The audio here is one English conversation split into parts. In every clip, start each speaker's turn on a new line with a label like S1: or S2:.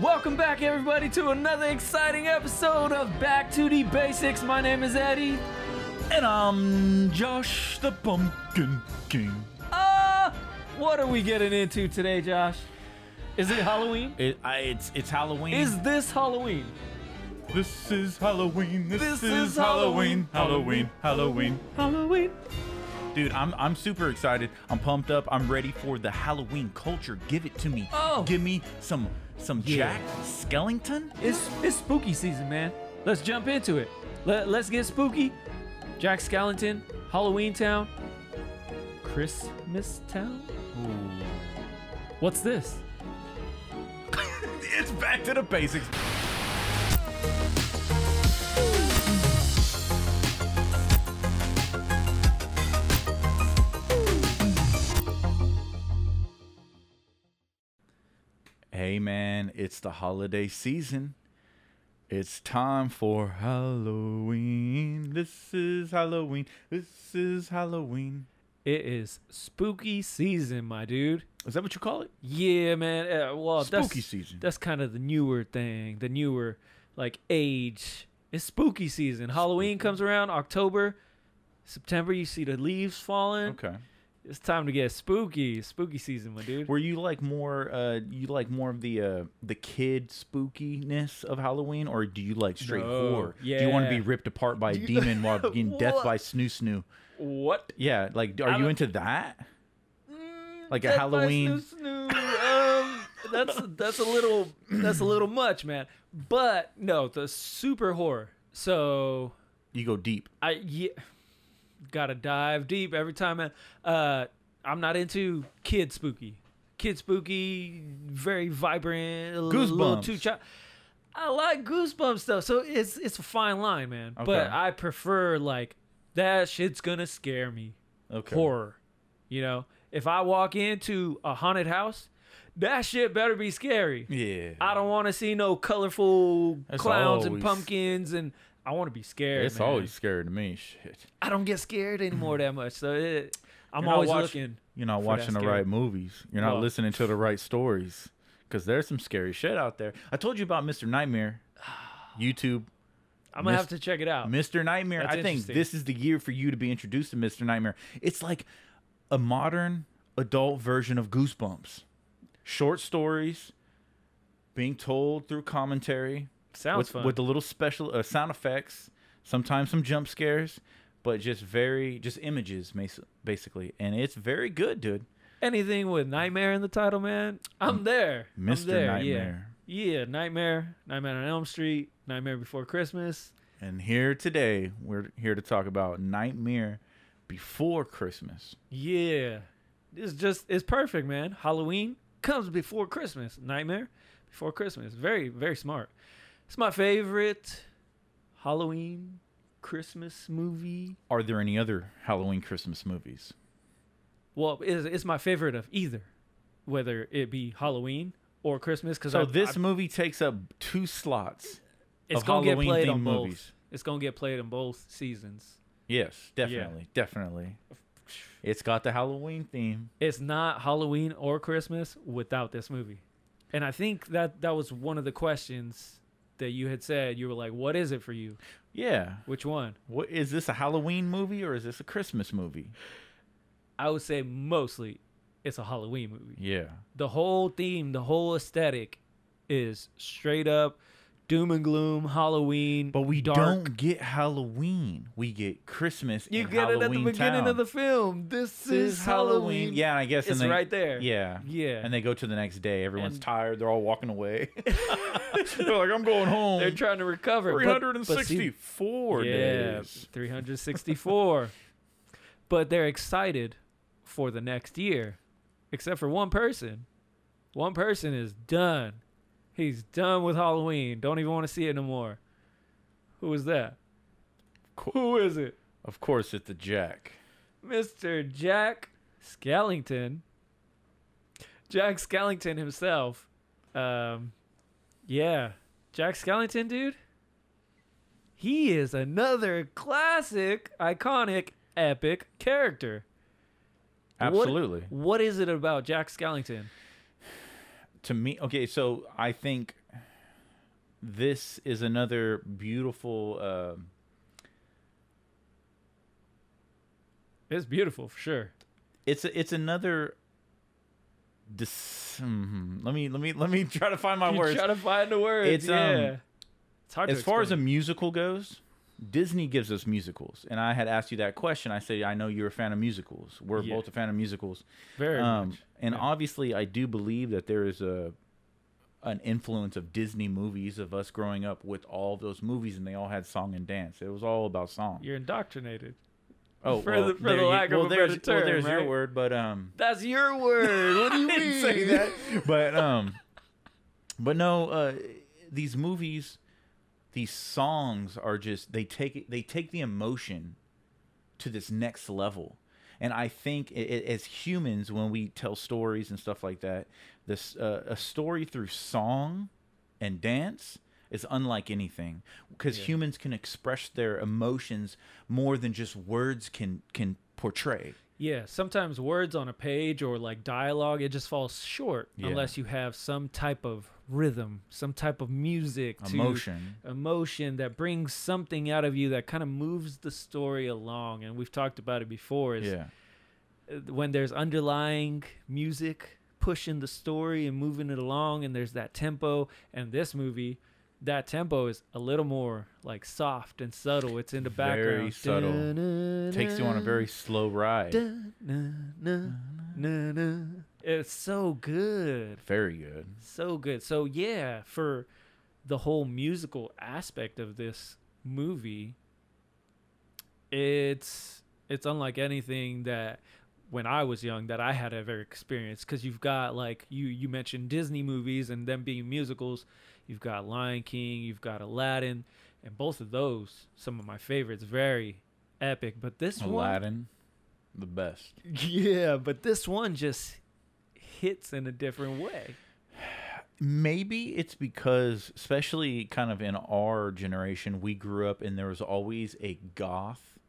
S1: Welcome back, everybody, to another exciting episode of Back to the Basics. My name is Eddie.
S2: And I'm Josh the Pumpkin King.
S1: Uh, what are we getting into today, Josh? Is it Halloween?
S2: It, I, it's it's Halloween.
S1: Is this Halloween?
S2: this is Halloween. This,
S1: This
S2: is,
S1: is
S2: Halloween.
S1: Halloween.
S2: Halloween. Halloween.
S1: Halloween.
S2: Dude, I'm I'm super excited. I'm pumped up. I'm ready for the Halloween culture. Give it to me.
S1: Oh.
S2: Give me some some
S1: Yeah.
S2: Jack Skellington.
S1: It's it's spooky season, man. Let's jump into it. Let, let's get spooky. Jack Skellington, Halloween Town, Christmas Town. What's this?
S2: it's back to the basics. Hey man, it's the holiday season. It's time for Halloween. This is Halloween. This is Halloween.
S1: It is spooky season, my dude.
S2: Is that what you call it?
S1: Yeah, man. Uh, well,
S2: Spooky
S1: that's,
S2: season.
S1: That's kind of the newer thing, the newer like age. It's spooky season. Halloween comes around October, September. You see the leaves falling.
S2: Okay.
S1: It's time to get spooky. Spooky season, my dude.
S2: Were you like more uh you like more of the uh the kid spookiness of Halloween or do you like straight
S1: No.
S2: horror? Do you want to be
S1: Yeah.
S2: ripped apart by a demon while being death by snoo snoo?
S1: what?
S2: Yeah, like are you
S1: don't-
S2: into that? Like a
S1: Death by
S2: Halloween-
S1: Snoo Snoo. Um, that's that's a little that's a little much, man. But no, the super horror. So
S2: You go deep.
S1: I yeah, gotta dive deep every time. man. Uh, I'm not into kid spooky. Kid spooky, very vibrant. A l- little
S2: Goosebumps.
S1: too chi- I like goosebumps stuff, so it's it's a fine line, man. But
S2: Okay.
S1: I prefer like that shit's gonna scare me.
S2: Okay.
S1: Horror, you know. If I walk into a haunted house, that shit better be scary.
S2: Yeah.
S1: I don't want to see no colorful
S2: That's
S1: clowns and
S2: always-
S1: pumpkins, and I want to be scared.
S2: it's
S1: man.
S2: always scary to me. Shit.
S1: I don't get scared anymore that much. So it, I'm
S2: You're not
S1: always
S2: Mm-hmm. watch-
S1: looking.
S2: You're not
S1: that
S2: watching the
S1: scary.
S2: right movies. You're not
S1: Well-
S2: listening to the right stories cuz there's some scary shit out there. I told you about Mr. Nightmare. YouTube
S1: I'm gonna
S2: Mis-
S1: have to check it out.
S2: Mr. Nightmare.
S1: That's
S2: I think
S1: interesting.
S2: this is the year for you to be introduced to Mr. Nightmare. It's like a modern adult version of Goosebumps. Short stories being told through commentary
S1: Sounds
S2: with,
S1: fun.
S2: with the little special uh, sound effects, sometimes some jump scares, but just very just images mas- basically. And it's very good, dude.
S1: Anything with nightmare in the title, man, I'm there. I'm
S2: Mr.
S1: there,
S2: Mm-hmm. Nightmare.
S1: Yeah. yeah, nightmare, nightmare on Elm Street, nightmare before Christmas.
S2: And here today, we're here to talk about Nightmare Before Christmas.
S1: Yeah, it's just it's perfect, man. Halloween comes before Christmas. Nightmare before Christmas. Very very smart. It's my favorite Halloween Christmas movie.
S2: Are there any other Halloween Christmas movies?
S1: Well, it's, it's my favorite of either, whether it be Halloween or Christmas. Because
S2: So this movie takes up two slots.
S1: it's
S2: of
S1: gonna get
S2: Halloween
S1: played
S2: themed
S1: on both.
S2: movies.
S1: It's gonna get played in both seasons.
S2: Yes, definitely, definitely. It's got the Halloween theme.
S1: It's not Halloween or Christmas without this movie, and I think that that was one of the questions that you had said. You were like, "What is it for you?
S2: Yeah.
S1: Which one?"
S2: What is this a Halloween movie or is this a Christmas movie?
S1: I would say mostly it's a Halloween movie.
S2: Yeah.
S1: the whole theme, the whole aesthetic is straight up doom and gloom, Halloween.
S2: But we
S1: dark.
S2: don't get Halloween. We get Christmas.
S1: You
S2: and
S1: get it at the
S2: Halloween
S1: beginning
S2: Town.
S1: of the film. This
S2: This
S1: is Halloween.
S2: Yeah, and I guess and
S1: it's
S2: they-
S1: right there.
S2: Yeah.
S1: Yeah.
S2: And they go to the next day. Everyone's
S1: And-
S2: tired. They're all walking away. they're like, I'm going home.
S1: They're trying to recover. but- but see-
S2: 364
S1: yeah, 364. but they're excited for the next year, except for one person. One person is done. He's done with Halloween. Don't even want to see it no more. Who is that? Who is it?
S2: Of course, it's the Jack.
S1: Mr. Jack Skellington. Jack Skellington himself. Um, yeah. Jack Skellington, dude. He is another classic, iconic, epic character. What-
S2: Absolutely.
S1: what is it about Jack Skellington?
S2: to me okay so i think this is another beautiful um
S1: It's beautiful for sure.
S2: it's a, it's another dis- hmm, let me let me let me try to find my
S1: you
S2: words
S1: try to find the words.
S2: It's, um,
S1: yeah. it's hard to
S2: as far as a
S1: explain.
S2: musical goes disney gives us musicals and i had asked you that question i said i know you're a fan of musicals we're
S1: Yeah.
S2: both a fan of musicals
S1: very
S2: um,
S1: much.
S2: and
S1: Yeah.
S2: obviously i do believe that there is a an influence of disney movies of us growing up with all of those movies and they all had song and dance it was all about song
S1: You're indoctrinated.
S2: oh
S1: for
S2: well,
S1: the- for the
S2: there you-
S1: lack of
S2: well,
S1: a better
S2: there's,
S1: term,
S2: well, there's your
S1: right?
S2: word but um
S1: That's your word. What do you mean?
S2: didn't say that. But um, but no, uh, these movies, these songs are just they take it- they take the emotion to this next level. And I think i i as humans, when we tell stories and stuff like that, this uh, a story through song and dance is unlike anything because
S1: Yeah.
S2: humans can express their emotions more than just words can can portray.
S1: Yeah, sometimes words on a page or like dialogue, it just falls short
S2: Yeah.
S1: unless you have some type of rhythm, some type of music, to-
S2: Emotion.
S1: emotion that brings something out of you that kind of moves the story along. And we've talked about it before. Is
S2: Yeah.
S1: uh, when there's underlying music pushing the story and moving it along and there's that tempo and this movie that tempo is a little more like soft and subtle it's in the background
S2: Very subtle. Takes you on a very slow ride.
S1: it's so good
S2: Very good.
S1: so good so yeah for the whole musical aspect of this movie it's it's unlike anything that when I was young that I had ever experienced because you've got like you you mentioned Disney movies and them being musicals you've got Lion King you've got Aladdin and both of those some of my favorites very epic but this one
S2: Aladdin, the best.
S1: yeah but this one just hits in a different way
S2: Maybe it's because, especially kind of in our generation, we grew up and there was always a goth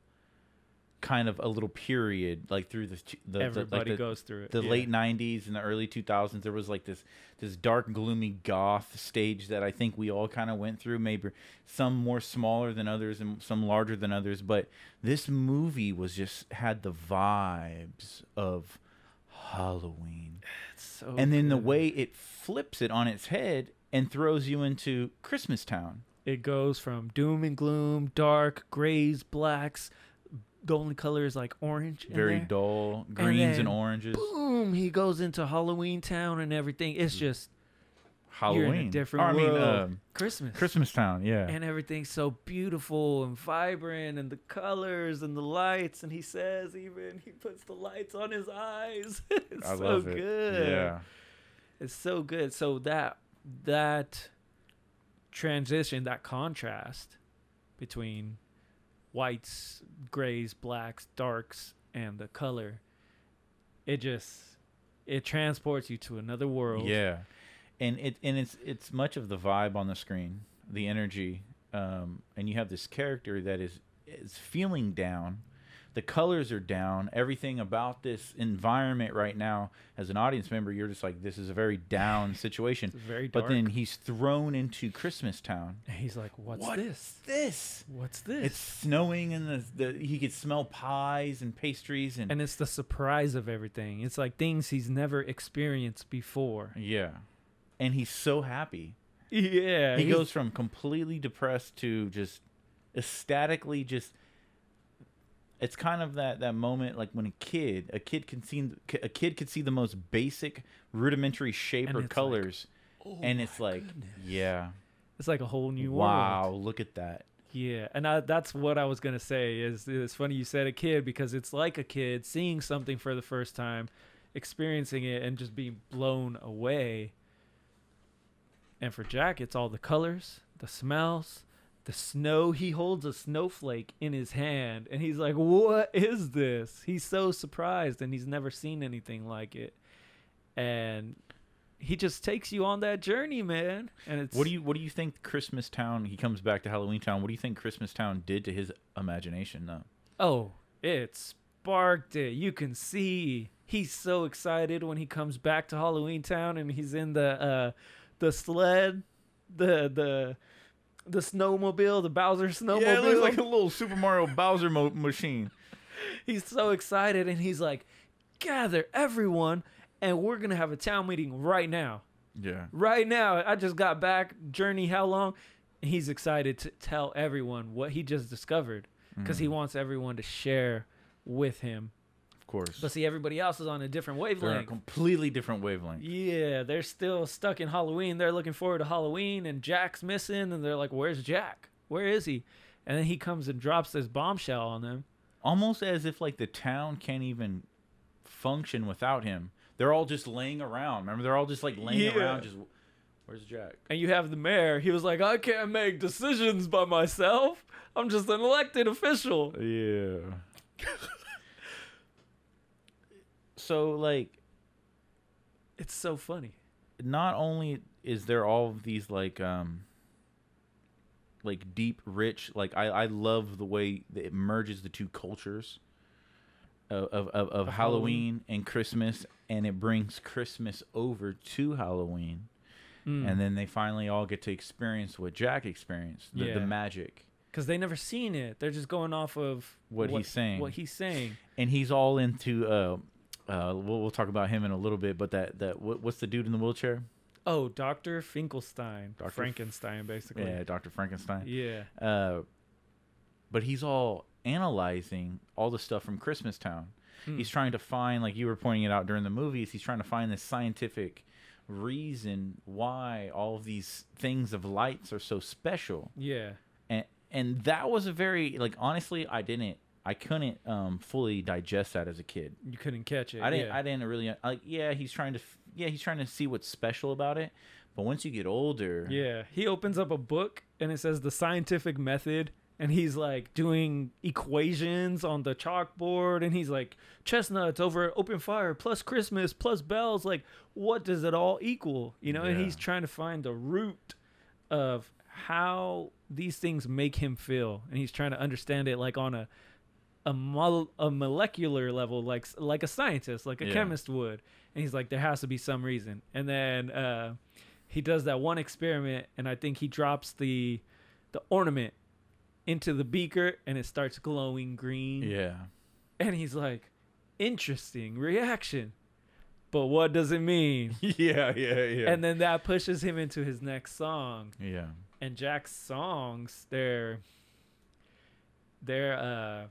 S2: kind of a little period, like through the t- the, the, like
S1: everybody
S2: the,
S1: goes through it
S2: the
S1: yeah.
S2: late '90s and the early 2000s. There was like this this dark, gloomy goth stage that I think we all kind of went through. Maybe some more smaller than others and some larger than others. But this movie was just had the vibes of Halloween.
S1: It's so
S2: and then the
S1: good.
S2: way it flips it on its head and throws you into Christmas Town.
S1: It goes from doom and gloom, dark, grays, blacks. The only color is like orange. in
S2: Very
S1: there.
S2: dull, greens and,
S1: then-
S2: oranges.
S1: Boom! He goes into Halloween Town and everything.
S2: Mm.
S1: It's just
S2: Halloween.
S1: you're in a different
S2: Or, I mean,
S1: world.
S2: um,
S1: Christmas.
S2: Christmas Town. Yeah.
S1: And everything's so beautiful and vibrant, and the colors and the lights. And he says, even he puts the lights on his eyes. it's
S2: I
S1: so
S2: love it.
S1: good.
S2: Yeah.
S1: It's so good. So that that transition, that contrast between whites, grays, blacks, darks, and the color, it just it transports you to another world.
S2: Yeah, and it and it's it's much of the vibe on the screen, the energy, um, and you have this character that is is feeling down. The colors are down. Everything about this environment right now, as an audience member, you're just like, this is a very down situation.
S1: It's very dark.
S2: But then he's thrown into Christmas Town.
S1: And he's like, "What's
S2: What
S1: this?
S2: This.
S1: What's this?"
S2: It's snowing, and the, the he could smell pies and pastries and,
S1: and it's the surprise of everything. It's like things he's never experienced before.
S2: yeah, and he's so happy.
S1: Yeah,
S2: he goes from completely depressed to just ecstatically just it's kind of that that moment like when a kid a kid can see a kid could see the most basic rudimentary shape
S1: And
S2: or
S1: it's like, "Oh
S2: colors and it's
S1: my
S2: like
S1: goodness."
S2: yeah
S1: It's like a whole new world.
S2: wow look at that
S1: Yeah, and I, that's what I was gonna say. Is it's funny you said a kid because it's like a kid seeing something for the first time, experiencing it, and just being blown away. And for Jack, it's all the colors, the smells, the snow. He holds a snowflake in his hand, and he's like, "What is this?" He's so surprised, and he's never seen anything like it. And he just takes you on that journey, man. And it's
S2: what do you what do you think christmas town he comes back to halloween town what do you think christmas town did to his imagination though
S1: Oh, it's sparked it. You can see he's so excited when he comes back to Halloween Town and he's in the uh, the sled, the the the snowmobile, the Bowser snowmobile.
S2: Yeah, it looks like a little Super Mario Bowser mo- machine.
S1: he's so excited and he's like, gather everyone and we're gonna have a town meeting right now.
S2: Yeah.
S1: Right now, I just got back. Journey, how long? And He's excited to tell everyone what he just discovered because
S2: Mm.
S1: he wants everyone to share with him.
S2: Of course.
S1: But see, everybody else is on a different
S2: They're on a
S1: wavelength.
S2: completely different wavelength.
S1: Yeah, they're still stuck in Halloween. They're looking forward to Halloween, and Jack's missing, and they're like, "Where's Jack? Where is he?" And then he comes and drops this bombshell on them.
S2: Almost as if like the town can't even function without him. They're all just laying around. Remember, they're all just like laying
S1: Yeah.
S2: around. Just where's Jack?
S1: And you have the mayor. He was like, "I can't make decisions by myself. I'm just an elected official."
S2: Yeah. so like,
S1: It's so funny.
S2: not only is there all of these like um like deep rich like i i love the way that it merges the two cultures of of, of, of
S1: Of
S2: halloween and christmas and it brings christmas over to halloween
S1: Mm.
S2: and then they finally all get to experience what jack experienced the, the
S1: Yeah.
S2: magic
S1: because they never seen it. They're just going off of
S2: What he's saying.
S1: What he's saying.
S2: and he's all into uh uh we'll, we'll talk about him in a little bit but that that what, what's the dude in the wheelchair
S1: Oh, Doctor Finkelstein,
S2: Dr.
S1: Frankenstein, basically.
S2: yeah dr frankenstein
S1: Yeah.
S2: Uh, but he's all analyzing all the stuff from Christmas Town.
S1: Hmm.
S2: He's trying to find, like you were pointing it out during the movies, he's trying to find the scientific reason why all of these things of lights are so special.
S1: Yeah.
S2: And and that was a very like honestly, I didn't I couldn't um fully digest that as a kid.
S1: You couldn't catch it.
S2: I didn't
S1: yeah.
S2: I didn't really uh, like yeah, he's trying to f- yeah, he's trying to see what's special about it. But once you get older,
S1: Yeah. He opens up a book and it says the scientific method. And he's like doing equations on the chalkboard. And he's like, chestnuts over open fire plus Christmas plus bells. Like, what does it all equal? You know, and
S2: Yeah.
S1: he's trying to find the root of how these things make him feel. And he's trying to understand it like on a. A, mol- a molecular level, like like a scientist, like a
S2: Yeah.
S1: chemist would, and he's like, there has to be some reason. And then uh, he does that one experiment and I think he drops the the ornament into the beaker and it starts glowing green.
S2: yeah.
S1: And he's like, interesting reaction. But what does it mean?
S2: yeah, yeah, yeah.
S1: And then that pushes him into his next song.
S2: yeah.
S1: And Jack's songs, they're they're uh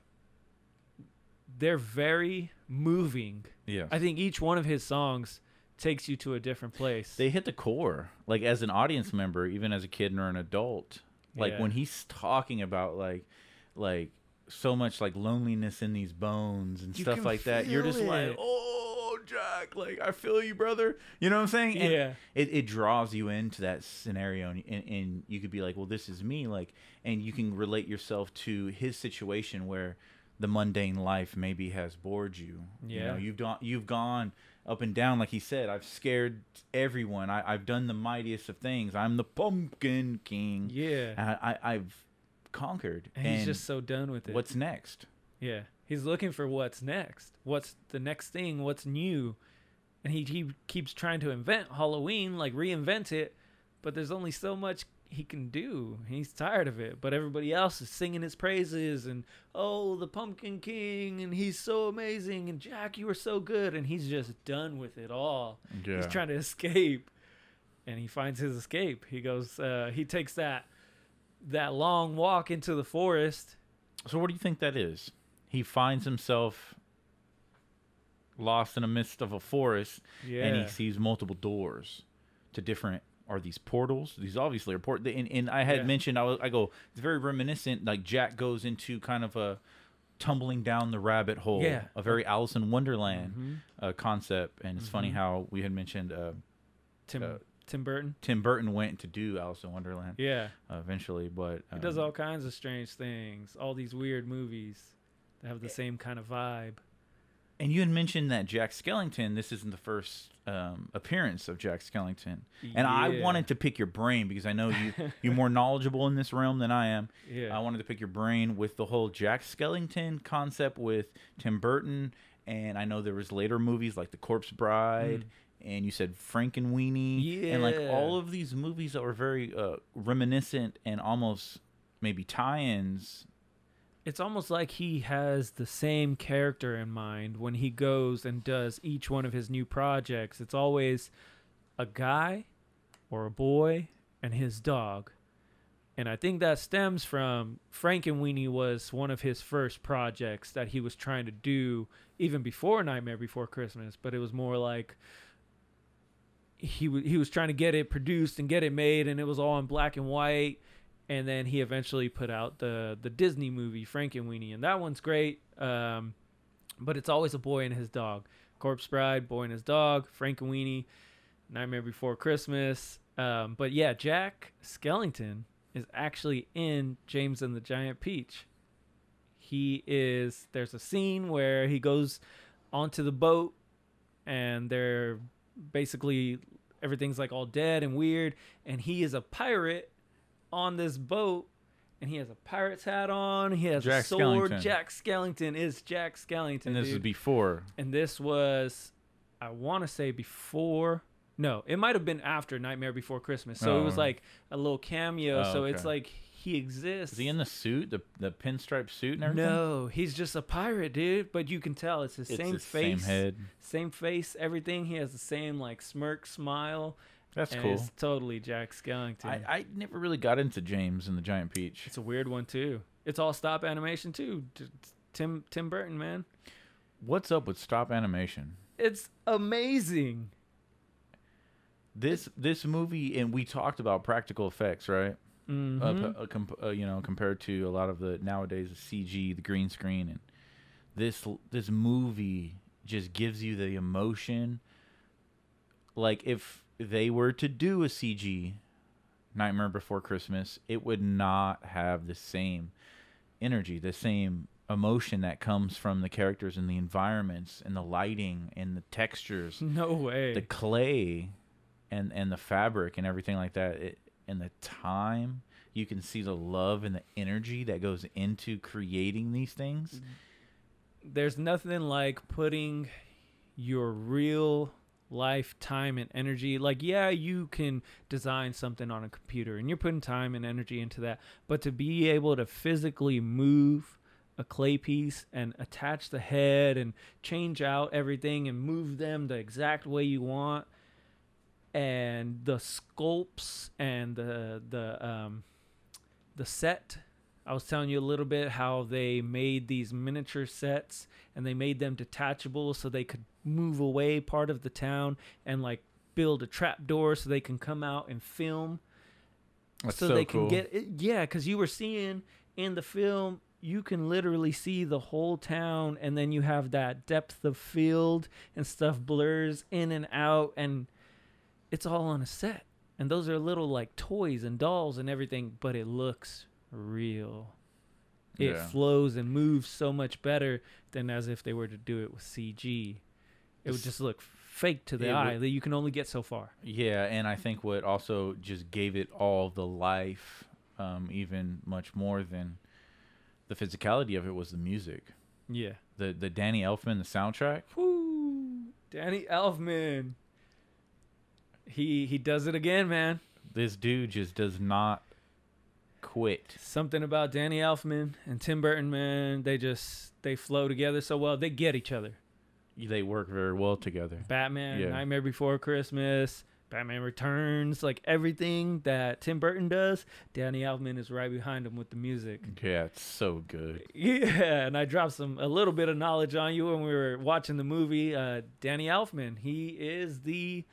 S1: they're very moving.
S2: Yeah.
S1: I think each one of his songs takes you to a different place.
S2: they hit the core like as an audience member even as a kid or an adult like
S1: Yeah.
S2: when he's talking about like like so much like loneliness in these bones and
S1: You
S2: stuff
S1: can
S2: like that you're
S1: feel
S2: just like
S1: it.
S2: oh jack like i feel you brother you know what i'm saying And
S1: Yeah.
S2: it, it draws you into that scenario and, and, and you could be like well this is me like and you can relate yourself to his situation where the mundane life maybe has bored you you know
S1: Yeah.
S2: you've done you've gone up and down like he said i've scared everyone I, i've done the mightiest of things i'm the pumpkin king
S1: yeah.
S2: And I, I, i've conquered
S1: And he's just so done with it.
S2: what's next
S1: Yeah, he's looking for what's next. What's the next thing? What's new? And he, he keeps trying to invent Halloween, like reinvent it, but there's only so much he can do. He's tired of it. But everybody else is singing his praises and, oh, the Pumpkin King, and he's so amazing, and Jack, you were so good. And he's just done with it all. He's trying to escape, and he finds his escape. He goes, uh, he takes that that long walk into the forest.
S2: so what do you think that is he finds himself lost in the midst of a forest
S1: Yeah.
S2: and he sees multiple doors to different are these portals these obviously are port and, and i had
S1: Yeah.
S2: mentioned I, was, I go it's very reminiscent like jack goes into kind of a tumbling down the rabbit hole
S1: Yeah.
S2: a very alice in wonderland
S1: Mm-hmm.
S2: uh, concept and it's funny how we had mentioned uh,
S1: Tim
S2: Uh,
S1: Tim Burton.
S2: tim burton went to do alice in wonderland
S1: Yeah,
S2: uh, eventually but
S1: he does
S2: um,
S1: all kinds of strange things. All these weird movies that have the same kind of vibe.
S2: And you had mentioned that Jack Skellington. This isn't the first um, appearance of Jack Skellington, and I
S1: Yeah.
S2: wanted to pick your brain because I know you you're more knowledgeable in this realm than I am.
S1: Yeah.
S2: I wanted to pick your brain with the whole Jack Skellington concept with Tim Burton, and I know there was later movies like The Corpse Bride, and you said Frank and Weenie, and like
S1: Mm. Yeah.
S2: all of these movies that were very uh, reminiscent and almost maybe tie-ins.
S1: It's almost like he has the same character in mind when he goes and does each one of his new projects. It's always a guy or a boy and his dog. And I think that stems from Frank and Weenie was one of his first projects that he was trying to do even before Nightmare Before Christmas, but it was more like he w- he was trying to get it produced and get it made and it was all in black and white and then he eventually put out the the Disney movie Frankenweenie, and that one's great. Um, but it's always a boy and his dog. Corpse Bride, Boy and His Dog, Frankenweenie, Nightmare Before Christmas. Um, but yeah, Jack Skellington is actually in James and the Giant Peach. He is. There's a scene where he goes onto the boat, and they're basically everything's like all dead and weird, and he is a pirate on this boat and he has a pirate's hat on. He has
S2: Jack
S1: a sword.
S2: Skellington.
S1: Jack Skellington is Jack Skellington.
S2: And this is
S1: dude.
S2: before
S1: and this was, I want to say before. No, it might have been after Nightmare Before Christmas. So it was
S2: Oh.
S1: like a little cameo.
S2: Oh,
S1: so
S2: okay.
S1: it's like he exists.
S2: Is he in the suit, the the pinstripe suit and everything?
S1: no, he's just a pirate, dude. But you can tell it's his
S2: it's
S1: same
S2: his
S1: face,
S2: same head.
S1: same face, everything. He has the same like smirk, smile.
S2: That's
S1: and
S2: cool.
S1: It's totally Jack Skellington.
S2: I, I never really got into James and the Giant Peach.
S1: It's a weird one too. It's all stop animation too. T- t- Tim Tim Burton, man.
S2: What's up with stop animation?
S1: It's amazing.
S2: This this movie, and we talked about practical effects, right?
S1: Mhm.
S2: Uh, p- uh, comp- uh, you know, compared to a lot of the nowadays the CG, the green screen, and this this movie just gives you the emotion. Like if they were to do a CG Nightmare Before Christmas, it would not have the same energy, the same emotion that comes from the characters and the environments and the lighting and the textures
S1: no way.
S2: the clay and and the fabric and everything like that it, and the time you can see the love and the energy that goes into creating these things
S1: Mm-hmm. There's nothing like putting your real life time and energy. Like yeah, you can design something on a computer and you're putting time and energy into that, but to be able to physically move a clay piece and attach the head and change out everything and move them the exact way you want and the sculpts and the the um the set i was telling you a little bit how they made these miniature sets and they made them detachable so they could move away part of the town and like build a trap door so they can come out and film so, they can get it, yeah because you were seeing in the film you can literally see the whole town and then you have that depth of field and stuff blurs in and out and it's all on a set and those are little like toys and dolls and everything but it looks real it
S2: Yeah.
S1: flows and moves so much better than as if they were to do it with cg it would
S2: It's-
S1: just look fake to the
S2: it would-
S1: eye that you can only get so far
S2: yeah and i think what also just gave it all the life um, even much more than the physicality of it was the music
S1: yeah
S2: the the danny elfman the soundtrack
S1: Woo! Danny Elfman. He he does it again, man.
S2: this dude just does not quit
S1: Something about Danny Elfman and Tim Burton, man. They just they flow together so well. They get each other.
S2: they work very well together
S1: Batman,
S2: Yeah.
S1: Nightmare Before Christmas, Batman Returns, like everything that Tim Burton does, Danny Elfman is right behind him with the music.
S2: yeah it's so good
S1: Yeah, and I dropped some a little bit of knowledge on you when we were watching the movie. Uh, Danny Elfman, he is the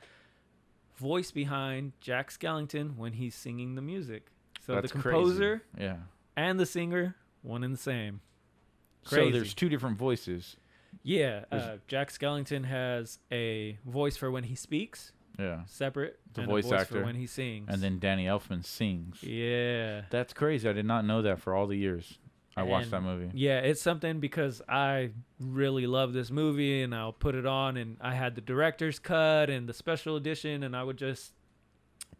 S1: voice behind Jack Skellington when he's singing the music. So
S2: That's
S1: the
S2: crazy.
S1: composer
S2: yeah
S1: and the singer, one and the same.
S2: So
S1: Crazy.
S2: there's two different voices.
S1: Yeah,
S2: There's-
S1: uh, Jack Skellington has a voice for when he speaks,
S2: Yeah.
S1: separate,
S2: The
S1: and
S2: voice
S1: a voice
S2: actor,
S1: for when he sings.
S2: And then Danny Elfman sings.
S1: yeah,
S2: That's crazy. I did not know that for all the years. I watched that
S1: And,
S2: movie.
S1: Yeah, it's something because I really love this movie and I'll put it on and I had the director's cut and the special edition and I would just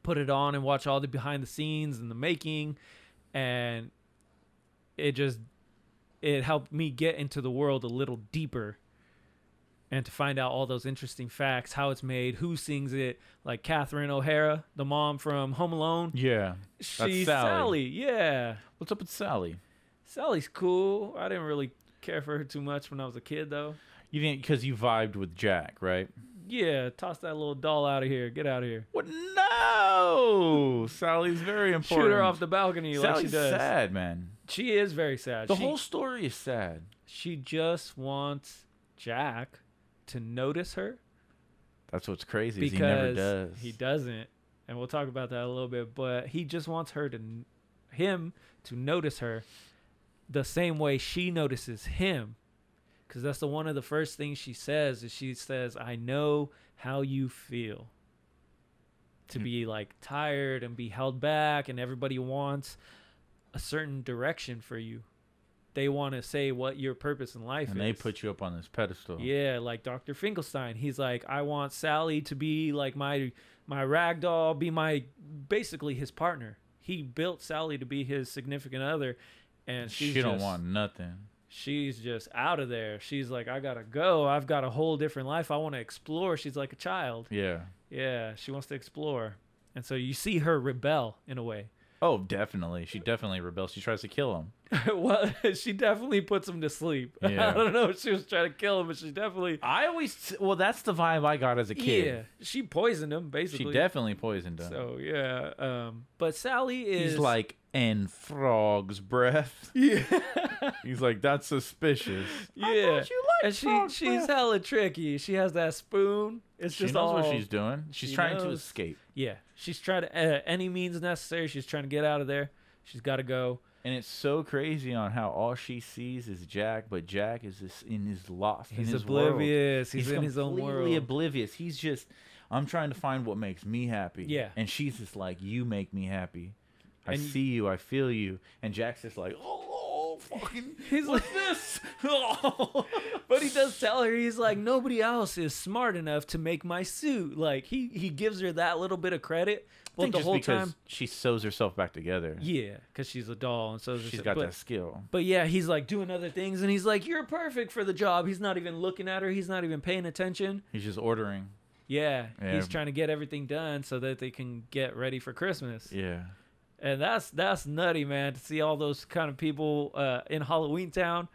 S1: put it on and watch all the behind the scenes and the making and it just it helped me get into the world a little deeper and to find out all those interesting facts, how it's made, who sings it, like Catherine O'Hara, the mom from Home Alone.
S2: Yeah.
S1: She's Sally.
S2: Sally.
S1: yeah.
S2: What's up with Sally?
S1: Sally's cool. I didn't really care for her too much when I was a kid, though.
S2: You didn't because you vibed with Jack, right?
S1: Yeah, toss that little doll out of here. Get out of here.
S2: What? No. Sally's very important.
S1: Shoot her off the balcony like she
S2: Sally's
S1: does.
S2: sad, man.
S1: She is very sad.
S2: The
S1: she,
S2: whole story is sad.
S1: she just wants Jack to notice her
S2: That's what's crazy. is
S1: because
S2: he never does.
S1: he doesn't. And we'll talk about that a little bit, but he just wants her to n- him to notice her the same way she notices him. Cuz that's the one of the first things she says is she says, "I know how you feel." To
S2: Mm.
S1: be like tired and be held back and everybody wants a certain direction for you. They want to say what your purpose in life
S2: and
S1: is.
S2: they put you up on this pedestal.
S1: Yeah, like Dr. Finkelstein. He's like, I want Sally to be like my my rag doll, be my basically his partner. He built Sally to be his significant other, and she's
S2: she don't
S1: just-
S2: want nothing.
S1: She's just out of there. She's like, I gotta go. I've got a whole different life. I want to explore. She's like a child.
S2: Yeah.
S1: Yeah, she wants to explore, and so you see her rebel in a way.
S2: Oh, definitely. She definitely rebels. She tries to kill him.
S1: well, she definitely puts him to sleep.
S2: Yeah.
S1: I don't know if she was trying to kill him, but she definitely.
S2: I always well, that's the vibe I got as a kid.
S1: Yeah, she poisoned him basically.
S2: She definitely poisoned him.
S1: So yeah, um, but Sally is
S2: He's like, and frog's breath.
S1: yeah,
S2: He's like, that's suspicious.
S1: yeah.
S2: you
S1: And she she's hella tricky. She has that spoon. It's
S2: She
S1: just
S2: knows
S1: all
S2: what she's doing. She's
S1: She
S2: trying to
S1: knows.
S2: escape,
S1: yeah. She's trying to uh, any means necessary. She's trying to get out of there. She's got to go.
S2: and it's so crazy on how all she sees is Jack, but Jack is this in his lost. in
S1: He's
S2: his world.
S1: oblivious. He's, in his own
S2: completely
S1: world.
S2: oblivious. He's just, I'm trying to find what makes me happy.
S1: Yeah.
S2: And she's just like, you make me happy. I
S1: And y-
S2: see you. I feel you. And Jack's just like, oh, fucking,
S1: He's
S2: what's
S1: like-
S2: this? Oh.
S1: but he does tell her he's like nobody else is smart enough to make my suit. Like he he gives her that little bit of credit,
S2: I
S1: but
S2: think
S1: the
S2: just
S1: whole
S2: because
S1: time,
S2: she sews herself back together.
S1: yeah, because she's a doll and so is
S2: She's
S1: herself.
S2: got
S1: But-
S2: that skill.
S1: But yeah, he's like doing other things and he's like, You're perfect for the job. He's not even looking at her, he's not even paying attention.
S2: He's just ordering.
S1: Yeah,
S2: Yeah.
S1: he's trying to get everything done so that they can get ready for Christmas.
S2: Yeah.
S1: And that's that's nutty, man, to see all those kind of people uh, in Halloween Town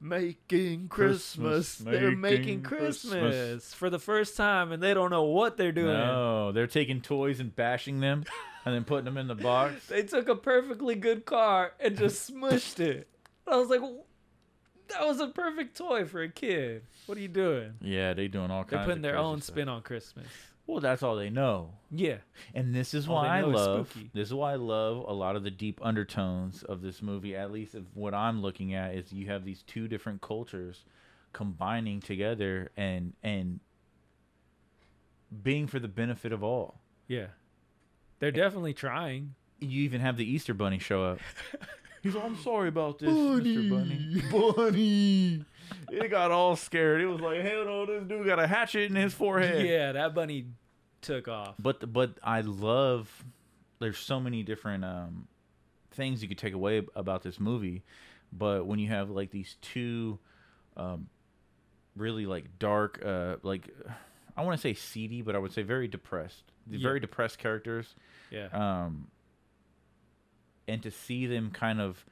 S1: making Christmas.
S2: Christmas,
S1: they're
S2: making
S1: making Christmas,
S2: Christmas.
S1: for the first time and they don't know what they're doing.
S2: No, they're taking toys and bashing them and then putting them in the box.
S1: They took a perfectly good car and just smushed it. I was like, that was a perfect toy for a kid. What are you doing?
S2: Yeah, they doing all kinds
S1: They're putting
S2: of
S1: their
S2: crazy
S1: own
S2: stuff.
S1: spin on Christmas.
S2: Well, that's all they know.
S1: Yeah.
S2: And this is
S1: All
S2: why
S1: they
S2: I
S1: know is
S2: love
S1: spooky.
S2: this is why I love a lot of the deep undertones of this movie. At least of what I'm looking at is you have these two different cultures combining together and and being for the benefit of all.
S1: Yeah.
S2: Eh.
S1: They're definitely trying.
S2: You even have the Easter Bunny show up. He's like, I'm sorry about this, Mr. Bunny.
S1: Bunny.
S2: It got all scared. It was like, hell no, this dude got a hatchet in his forehead.
S1: Yeah, that bunny took off.
S2: but the- but I love there's so many different um things you could take away ab- about this movie but when you have like these two um really like dark uh like I want to say seedy but I would say very depressed the
S1: Yeah.
S2: very depressed characters
S1: Yeah.
S2: um and to see them kind of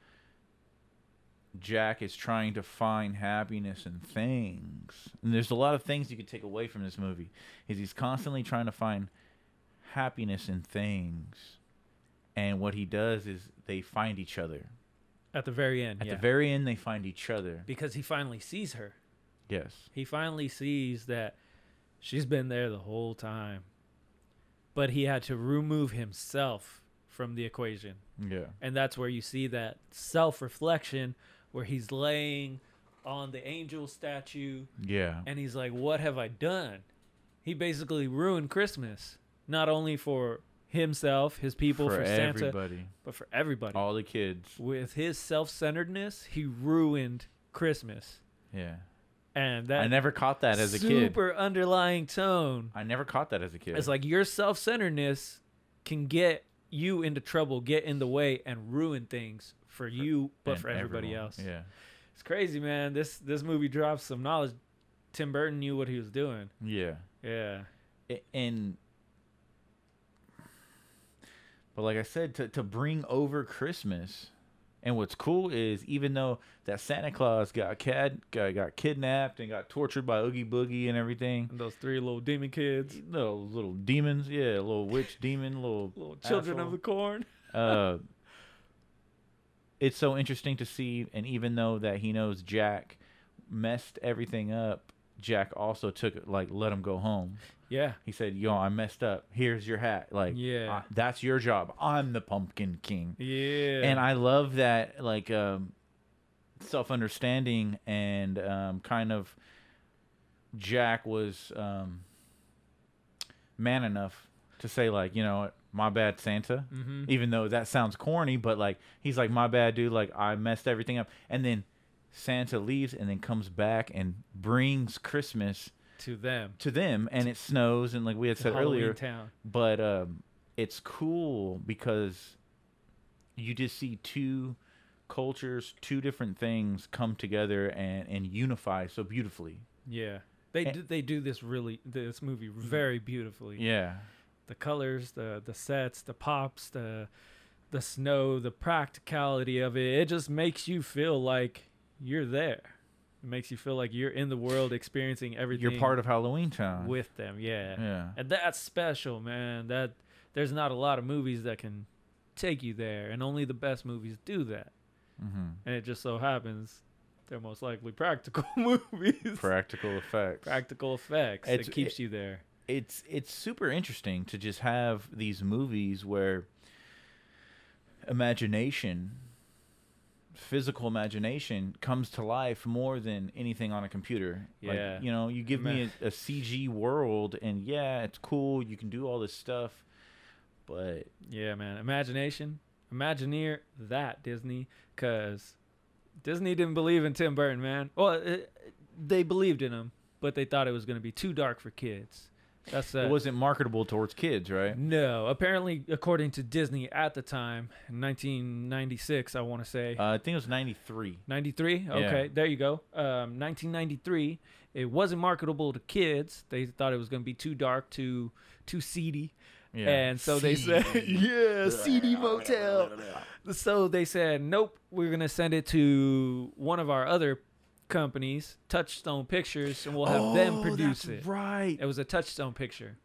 S2: Jack is trying to find happiness in things. And there's a lot of things you could take away from this movie. Is he's constantly trying to find happiness in things. And what he does is they find each other.
S1: At the very end.
S2: At
S1: yeah.
S2: the very end they find each other.
S1: because he finally sees her.
S2: Yes.
S1: He finally sees that she's been there the whole time. But he had to remove himself from the equation.
S2: Yeah.
S1: And that's where you see that self reflection where he's laying on the angel statue
S2: Yeah.
S1: and he's like, What have I done? He basically ruined Christmas, not only for himself, his people, for,
S2: for,
S1: Santa,
S2: everybody, Oh.
S1: but for everybody.
S2: all the kids.
S1: With his self-centeredness, he ruined Christmas,
S2: Yeah,
S1: and that
S2: I never caught that as a kid.
S1: super underlying tone.
S2: I never caught that as a kid.
S1: It's like your self-centeredness can get you into trouble, get in the way, and ruin things for you, but
S2: And
S1: for everybody
S2: everyone.
S1: else.
S2: Yeah,
S1: It's crazy, man. This this movie drops some knowledge. Tim Burton knew what he was doing.
S2: yeah,
S1: Yeah.
S2: A- and but like I said, to to bring over Christmas, and what's cool is even though that Santa Claus got cad got, got kidnapped and got tortured by Oogie Boogie and everything,
S1: And those three little demon kids,
S2: little little demons, yeah, little witch demon, little
S1: little children
S2: asshole.
S1: of the corn.
S2: uh, it's so interesting to see. And even though that he knows Jack messed everything up, Jack also took it like let him go home.
S1: Yeah.
S2: He said, "Yo, I messed up. Here's your hat. Like,
S1: Yeah.
S2: I- that's your job. I'm the Pumpkin King."
S1: Yeah.
S2: And I love that like um, self understanding and um, kind of Jack was um, man enough to say like, you know, what, my bad, Santa
S1: mm-hmm.
S2: even though that sounds corny but like he's like my bad dude like i messed everything up and then santa leaves and then comes back and brings christmas
S1: to them.
S2: to them and it snows and like we had said
S1: Halloween
S2: earlier
S1: town.
S2: but um it's cool because you just see two cultures two different things come together and and unify so beautifully
S1: Yeah. They
S2: A-
S1: do, they do this really this movie very beautifully.
S2: yeah
S1: The colors, the the sets, the pops, the the snow, the practicality of it. It just makes you feel like you're there. It makes you feel like you're in the world experiencing everything
S2: you're part of halloween town
S1: with them.
S2: yeah
S1: And that's special, man. That there's not a lot of movies that can take you there, and only the best movies do that.
S2: hmm
S1: And it just so happens they're most likely practical movies.
S2: practical effects
S1: practical effects.
S2: It's-
S1: it keeps you there.
S2: it's it's super interesting to just have these movies where imagination physical imagination comes to life more than anything on a computer
S1: Yeah.
S2: like, you know you give me
S1: Man.
S2: a, a cg world and yeah it's cool you can do all this stuff but
S1: Yeah, man. Imagination. Imagineer that, Disney. Because Disney didn't believe in Tim Burton, man. Well, it, they believed in him, but they thought it was going to be too dark for kids. That's uh,
S2: it wasn't marketable towards kids right
S1: No, apparently, according to Disney at the time, in 1996, I want to say.
S2: uh, i think it was 93
S1: 93? Okay, there you go. Um, 1993, it wasn't marketable to kids. They thought it was going to be too dark, too too seedy.
S2: yeah
S1: And so they said, yeah, seedy motel. so they said, nope, we're going to send it to one of our other companies, Touchstone Pictures, and we'll have them produce
S2: Oh,
S1: it.
S2: that's right
S1: It was a Touchstone picture.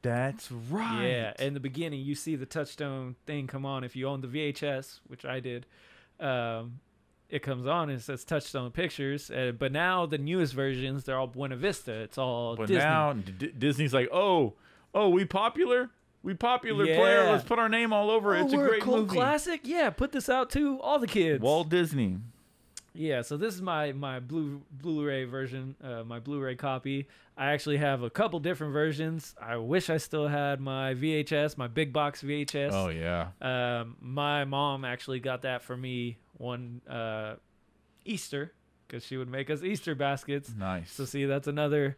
S2: that's right
S1: Yeah, in the beginning, you see the touchstone thing come on. If you own the VHS, which I did, um, it comes on and it says Touchstone Pictures. Uh, but now the newest versions, they're all Buena Vista. It's all
S2: But
S1: Disney.
S2: now D- Disney's like, oh, oh, we popular, we popular player.
S1: Yeah.
S2: Let's put our name all over. it. it's a
S1: Oh, we're
S2: great
S1: cult
S2: movie.
S1: classic. Yeah, put this out to all the kids.
S2: Walt Disney.
S1: yeah, so this is my my blue Blu-ray version, uh, my Blu-ray copy. I actually have a couple different versions. I wish I still had my VHS, my big box VHS.
S2: Oh, yeah.
S1: Um, my mom actually got that for me one uh, Easter because she would make us Easter baskets.
S2: Nice.
S1: So see, that's another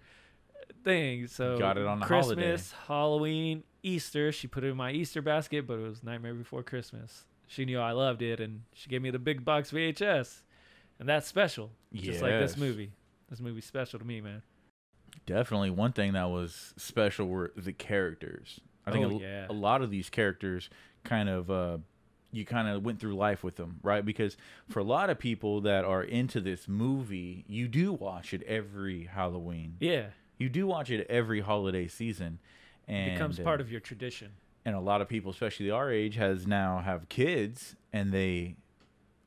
S1: thing. So
S2: Got it on the holiday.
S1: Christmas, Halloween, Easter. She put it in my Easter basket, but it was Nightmare Before Christmas. She knew I loved it, and she gave me the big box VHS, and that's special. Just like this
S2: Yes.
S1: movie. This movie's special to me, man.
S2: Definitely one thing that was special were the characters. I think
S1: Oh,
S2: a,
S1: yeah.
S2: a lot of these characters kind of uh, you kind of went through life with them, right? Because for a lot of people that are into this movie, you do watch it every Halloween.
S1: Yeah,
S2: You do watch it every holiday season.
S1: it
S2: And
S1: becomes
S2: uh,
S1: part of your tradition.
S2: and a lot of people, especially our age, has now have kids, and they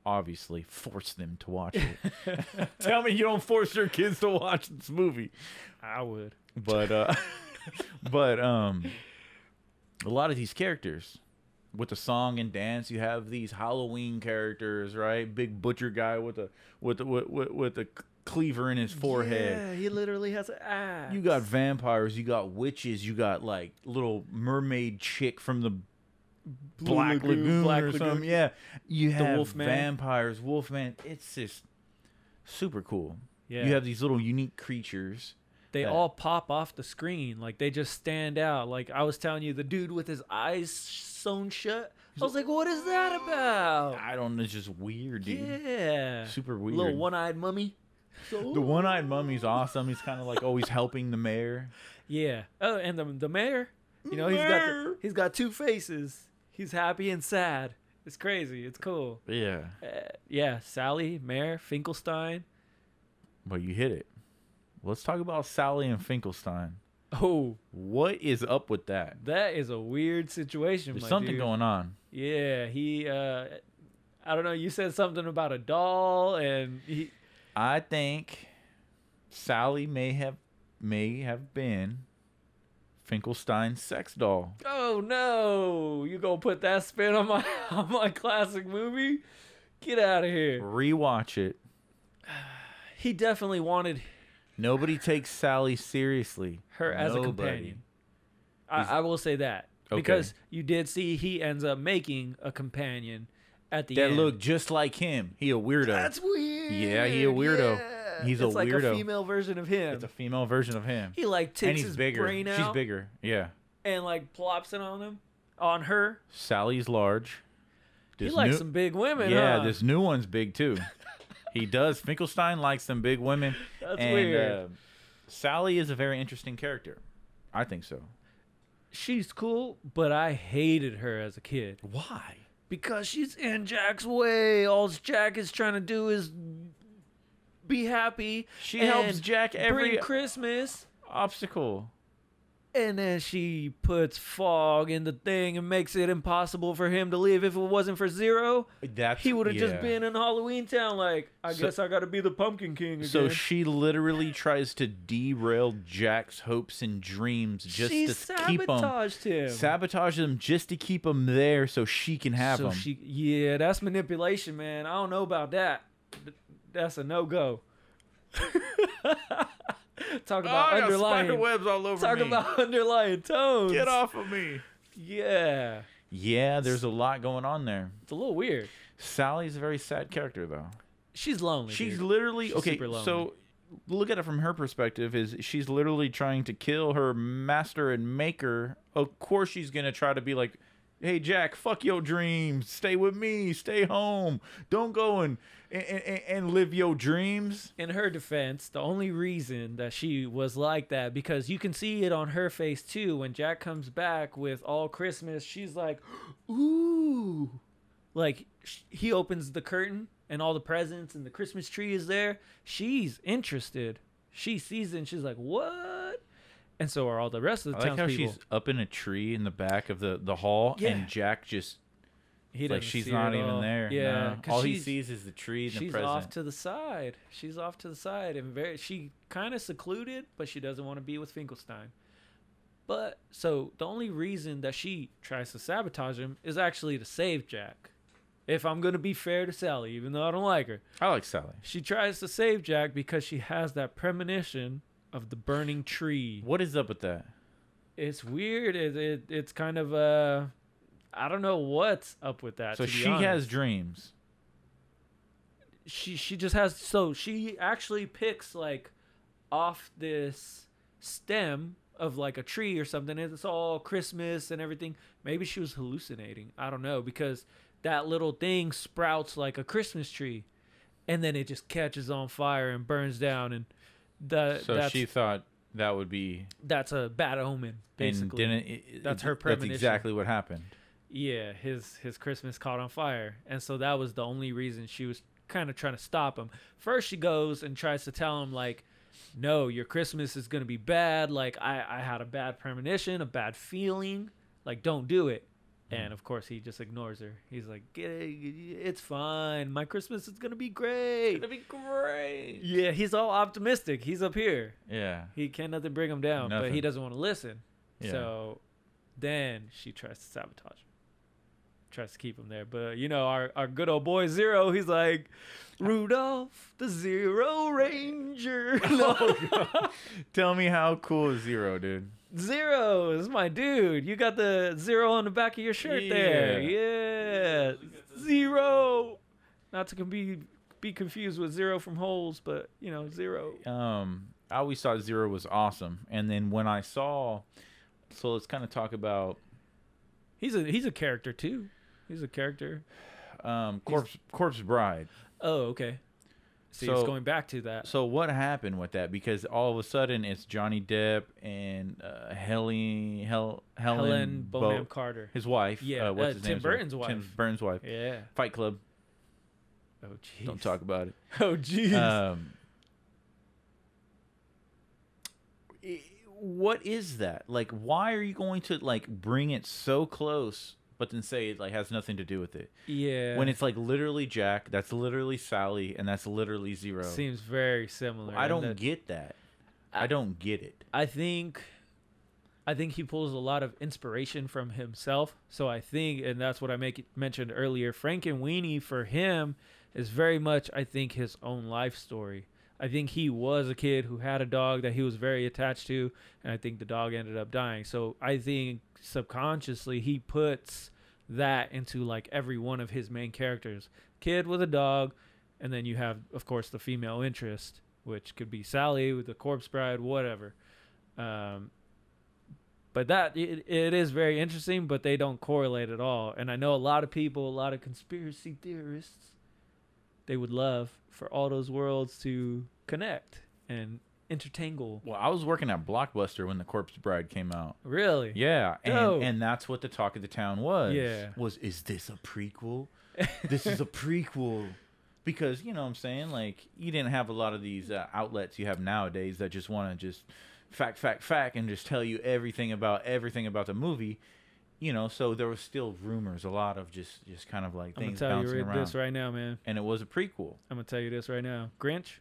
S2: obviously force them to watch it. Tell me you don't force your kids to watch this movie,
S1: I would.
S2: but uh, but um, a lot of these characters with the song and dance, you have these Halloween characters, right? Big butcher guy with a with a, with with, with a cleaver in his forehead.
S1: Yeah, he literally has an axe.
S2: You got vampires, you got witches, you got like little mermaid chick from the
S1: Blue
S2: Black Lagoon,
S1: Black
S2: or
S1: Lagoon.
S2: something. Yeah, you have
S1: Wolfman.
S2: vampires, Wolfman. It's just super cool.
S1: Yeah.
S2: You have these little unique creatures.
S1: they
S2: that.
S1: all pop off the screen. Like they just stand out. Like I was telling you, the dude with his eyes sewn shut. I was like, what is that about?
S2: I don't. know, It's just weird, dude.
S1: Yeah.
S2: Super weird.
S1: Little one-eyed mummy.
S2: the one-eyed mummy's awesome. He's kind of like always helping the mayor.
S1: Yeah. Oh, and the the mayor. You know, he's got the,
S2: Mayor.
S1: he's got two faces. He's happy and sad. It's crazy. It's cool.
S2: Yeah.
S1: Uh, yeah, Sally, Mayor Finkelstein.
S2: But you hit it. Let's talk about Sally and Finkelstein.
S1: Oh,
S2: What is up with that?
S1: that is a weird situation.
S2: There's
S1: my
S2: something
S1: dude.
S2: going on.
S1: Yeah, he. uh I don't know. You said something about a doll, and he.
S2: I think Sally may have may have been Finkelstein's sex doll.
S1: Oh no! You gonna put that spin on my on my classic movie? Get out of here.
S2: Rewatch it.
S1: He definitely wanted
S2: Nobody takes Sally seriously.
S1: her as a
S2: Nobody.
S1: companion. I, I will say that
S2: Okay.
S1: because you did see he ends up making a companion at the
S2: That
S1: end.
S2: look just like him. He a weirdo.
S1: That's weird.
S2: Yeah, he a weirdo.
S1: yeah.
S2: He's a
S1: It's like a
S2: weirdo.
S1: female version of him.
S2: it's a female version of him.
S1: he like takes
S2: and he's
S1: his
S2: bigger.
S1: brain out
S2: She's bigger. Yeah.
S1: and like plops it on him, on her.
S2: Sally's large.
S1: He
S2: This
S1: likes
S2: new-
S1: some big women.
S2: Yeah,
S1: huh?
S2: this new one's big too. he does. Finkelstein likes some big women.
S1: That's
S2: and,
S1: weird.
S2: uh, Sally is a very interesting character. I think so.
S1: She's cool, but I hated her as a kid
S2: Why?
S1: because she's in Jack's way. All Jack is trying to do is be happy.
S2: She helps
S1: and
S2: Jack every
S1: bring Christmas.
S2: obstacle.
S1: And then she puts fog in the thing and makes it impossible for him to leave. If it wasn't for Zero,
S2: That's
S1: he would have
S2: yeah.
S1: just been in Halloween Town. Like, I
S2: So-
S1: guess I got to be the Pumpkin King again.
S2: So she literally tries to derail Jack's hopes and dreams just
S1: she
S2: to keep him,
S1: sabotaged him.
S2: sabotage them just to keep him there so she can have
S1: so
S2: him.
S1: she, yeah, that's manipulation, man. I don't know about that. Th- That's a no go. Talk about underlying.
S2: all over
S1: Talk about underlying tones.
S2: of me.
S1: Yeah,
S2: Yeah, there's a lot going on there.
S1: it's a little weird.
S2: Sally's a very sad character though.
S1: She's lonely.
S2: She's
S1: dude.
S2: literally
S1: She's
S2: okay.
S1: super lonely.
S2: So look at it from her perspective is she's literally trying to kill her master and maker. Of course she's gonna try to be like, Hey Jack, fuck your dreams. Stay with me, stay home. Don't go and and, and, and live your dreams.
S1: in her defense, the only reason that she was like that because you can see it on her face too when Jack comes back with all Christmas, she's like, "Ooh." Like sh- he opens the curtain and all the presents and the Christmas tree is there. She's interested. She sees it and she's like, "What?" And so are all the rest of the
S2: I like how
S1: townspeople.
S2: she's up in a tree in the back of the, the hall
S1: Yeah.
S2: and Jack just
S1: he
S2: like
S1: doesn't
S2: she's
S1: see her
S2: not
S1: at
S2: even
S1: all.
S2: there.
S1: Yeah,
S2: no.
S1: 'cause
S2: all he
S1: she's-
S2: sees is the tree and the
S1: she's
S2: present.
S1: off to the side. She's off to the side and very she kind of secluded, but she doesn't want to be with Finkelstein. But so the only reason that she tries to sabotage him is actually to save Jack. If I'm going to be fair to Sally, even though I don't like her,
S2: I like Sally.
S1: she tries to save Jack because she has that premonition of the burning tree.
S2: What is up with that?
S1: It's weird. It, it it's kind of uh I don't know what's up with that.
S2: so
S1: Uh, to be
S2: she
S1: honest.
S2: has dreams.
S1: she she just has so she actually picks like off this stem of like a tree or something and it's all christmas and everything maybe she was hallucinating i don't know because that little thing sprouts like a christmas tree and then it just catches on fire and burns down and the,
S2: So
S1: uh, that's
S2: she thought that would be
S1: that's a bad omen basically
S2: And didn't, it- it-
S1: That's her
S2: That's
S1: premonition.
S2: exactly what happened.
S1: yeah his his christmas caught on fire and so that was the only reason she was kind of trying to stop him first she goes and tries to tell him like no your christmas is going to be bad like i i had a bad premonition a bad feeling like don't do it
S2: Mm-hmm.
S1: and of course he just ignores her he's like "Get it, it's fine my christmas is going to be great
S2: be great.
S1: yeah he's all optimistic he's up here
S2: Yeah.
S1: he can't nothing bring him down but he
S2: Nothing.
S1: doesn't want to listen
S2: Yeah.
S1: so then she tries to sabotage him tries to keep him there. But you know, our, our good old boy Zero, he's like Rudolph the Zero Ranger.
S2: Tell me how cool is Zero, dude.
S1: Zero is my dude. You got the zero on the back of your shirt there.
S2: Yeah.
S1: Yeah. Zero. Not to con- be be confused with zero from holes, but you know, zero.
S2: Um, I always thought Zero was awesome, and then when I saw, so let's kind of talk about
S1: He's a he's a character too. He's a character.
S2: um, Corpse Corpse Bride.
S1: Oh, okay. See, it's
S2: So-
S1: going back to that.
S2: So what happened with that? Because all of a sudden it's Johnny Depp and uh, Helen Hel- Helen,
S1: Helen
S2: Bo-
S1: Bonham Carter.
S2: his wife.
S1: Yeah,
S2: uh, what's
S1: uh,
S2: his
S1: Tim
S2: name?
S1: Burton's
S2: Tim
S1: wife.
S2: Burton's wife.
S1: Yeah.
S2: Fight Club.
S1: Oh jeez.
S2: Don't talk about it.
S1: Oh jeez.
S2: Um, i- what is that? Like, why are you going to like bring it so close, but then say it like has nothing to do with it?
S1: yeah.
S2: When it's like literally Jack, that's literally Sally, and that's literally Zero.
S1: seems very similar.
S2: I
S1: in
S2: don't
S1: that-
S2: get that. I don't get it.
S1: I think I think he pulls a lot of inspiration from himself. So I think and that's what I make mentioned earlier, Frank and Weenie for him is very much I think his own life story. I think he was a kid who had a dog that he was very attached to and I think the dog ended up dying. So I think subconsciously he puts that into like every one of his main characters. Kid with a dog and then you have of course the female interest which could be Sally with the corpse bride whatever. Um, but that it, it is very interesting, but they don't correlate at all. And I know a lot of people, a lot of conspiracy theorists, they would love for all those worlds to connect and intertangle.
S2: Well, I was working at Blockbuster when The Corpse Bride came out.
S1: Really?
S2: Yeah, and,
S1: Dope.
S2: and that's what the talk of the town was.
S1: Yeah.
S2: was is this a prequel? this is a prequel because you know what I'm saying like you didn't have a lot of these uh, outlets you have nowadays that just want to just fact fact fact and just tell you everything about everything about the movie. You know, so there was still rumors, a lot of just just kind of like
S1: I'm gonna
S2: things
S1: tell you
S2: bouncing
S1: right-
S2: around,
S1: this right now, man.
S2: and it was a prequel.
S1: I'm gonna tell you this right now. Grinch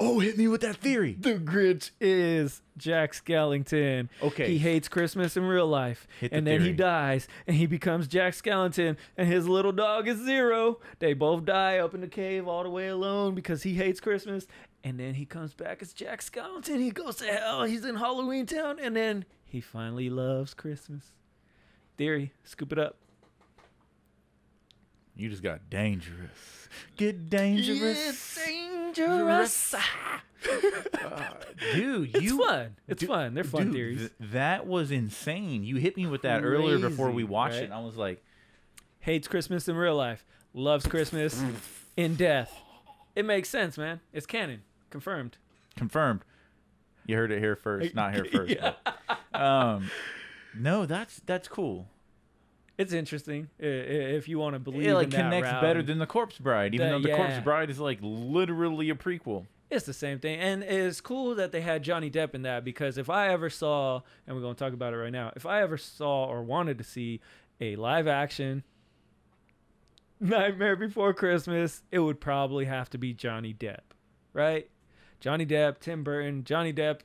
S2: Oh, hit me with that theory.
S1: The Grinch is Jack Skellington.
S2: Okay.
S1: He hates Christmas in real life.
S2: Hit the
S1: and then he
S2: theory.
S1: dies and he becomes Jack Skellington and his little dog is Zero. They both die up in the cave all the way alone because he hates Christmas. And then he comes back as Jack Skellington. He goes to hell. He's in Halloween Town and then he finally loves Christmas. Theory, scoop it up.
S2: You just got dangerous. Get dangerous.
S1: dangerous.
S2: Dude,
S1: It's
S2: you
S1: fun. It's
S2: Dude-
S1: fun. They're fun
S2: dude,
S1: theories.
S2: th- that was insane. You hit me with that earlier before we
S1: Crazy,
S2: watched
S1: right?
S2: it. And I was like,
S1: hates Christmas in real life, loves Christmas in death. It makes sense, man. It's canon, confirmed.
S2: confirmed. You heard it here first, not here first.
S1: Yeah.
S2: but, um, no, that's that's cool.
S1: It's interesting i- i- if you want to believe.
S2: It like
S1: in that
S2: connects
S1: route.
S2: better than the Corpse Bride, even
S1: The-
S2: though the
S1: yeah.
S2: Corpse Bride is like literally a prequel.
S1: it's the same thing, and it's cool that they had Johnny Depp in that because if I ever saw, and we're gonna talk about it right now, if I ever saw or wanted to see a live action Nightmare Before Christmas, it would probably have to be Johnny Depp, right? Johnny Depp, Tim Burton, Johnny Depp,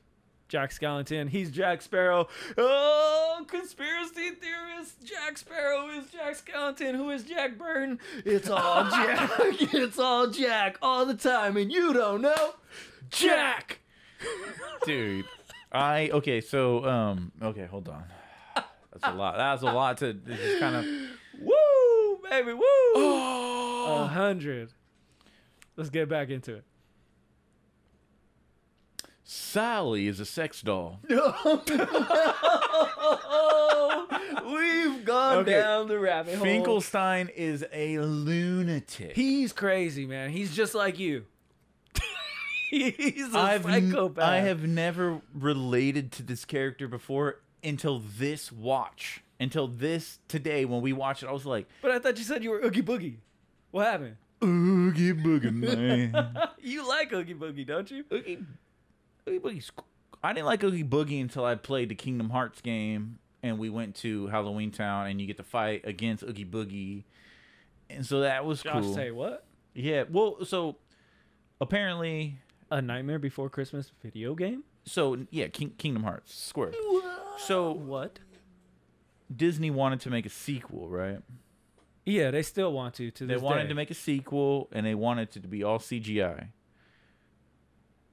S1: Jack Skellington. He's Jack Sparrow. Oh, conspiracy theorists! Jack Sparrow is Jack Skellington. Who is Jack Burton? It's all Jack. it's all Jack all the time, and you don't know. Jack.
S2: Dude, I okay. So um, okay, hold on. That's a lot. That's a lot to it's just kind of.
S1: Woo, baby, woo. A
S2: Oh.
S1: hundred. Let's get back into it.
S2: Sally is a sex doll.
S1: Oh, We've gone
S2: Okay.
S1: down the rabbit hole.
S2: Finkelstein is a lunatic.
S1: He's crazy, man. He's just like you. He's a
S2: I've n-
S1: psychopath.
S2: I have never related to this character before until this watch. Until this today, when we watched it, I was like,
S1: But I thought you said you were Oogie Boogie. What happened?
S2: Oogie Boogie Man.
S1: You like Oogie Boogie, don't you?
S2: Oogie, Oogie Boogie's cool. I didn't like Oogie Boogie until I played the Kingdom Hearts game and we went to Halloween Town and you get to fight against Oogie Boogie. And so that was
S1: Josh,
S2: cool.
S1: say what?
S2: Yeah. Well, so apparently,
S1: A Nightmare Before Christmas video game?
S2: so yeah, King, Kingdom Hearts, Square. So
S1: What?
S2: Disney wanted to make a sequel, right?
S1: Yeah, they still want to. To
S2: They
S1: this
S2: wanted
S1: day.
S2: to make a sequel, and they wanted it to be all CGI.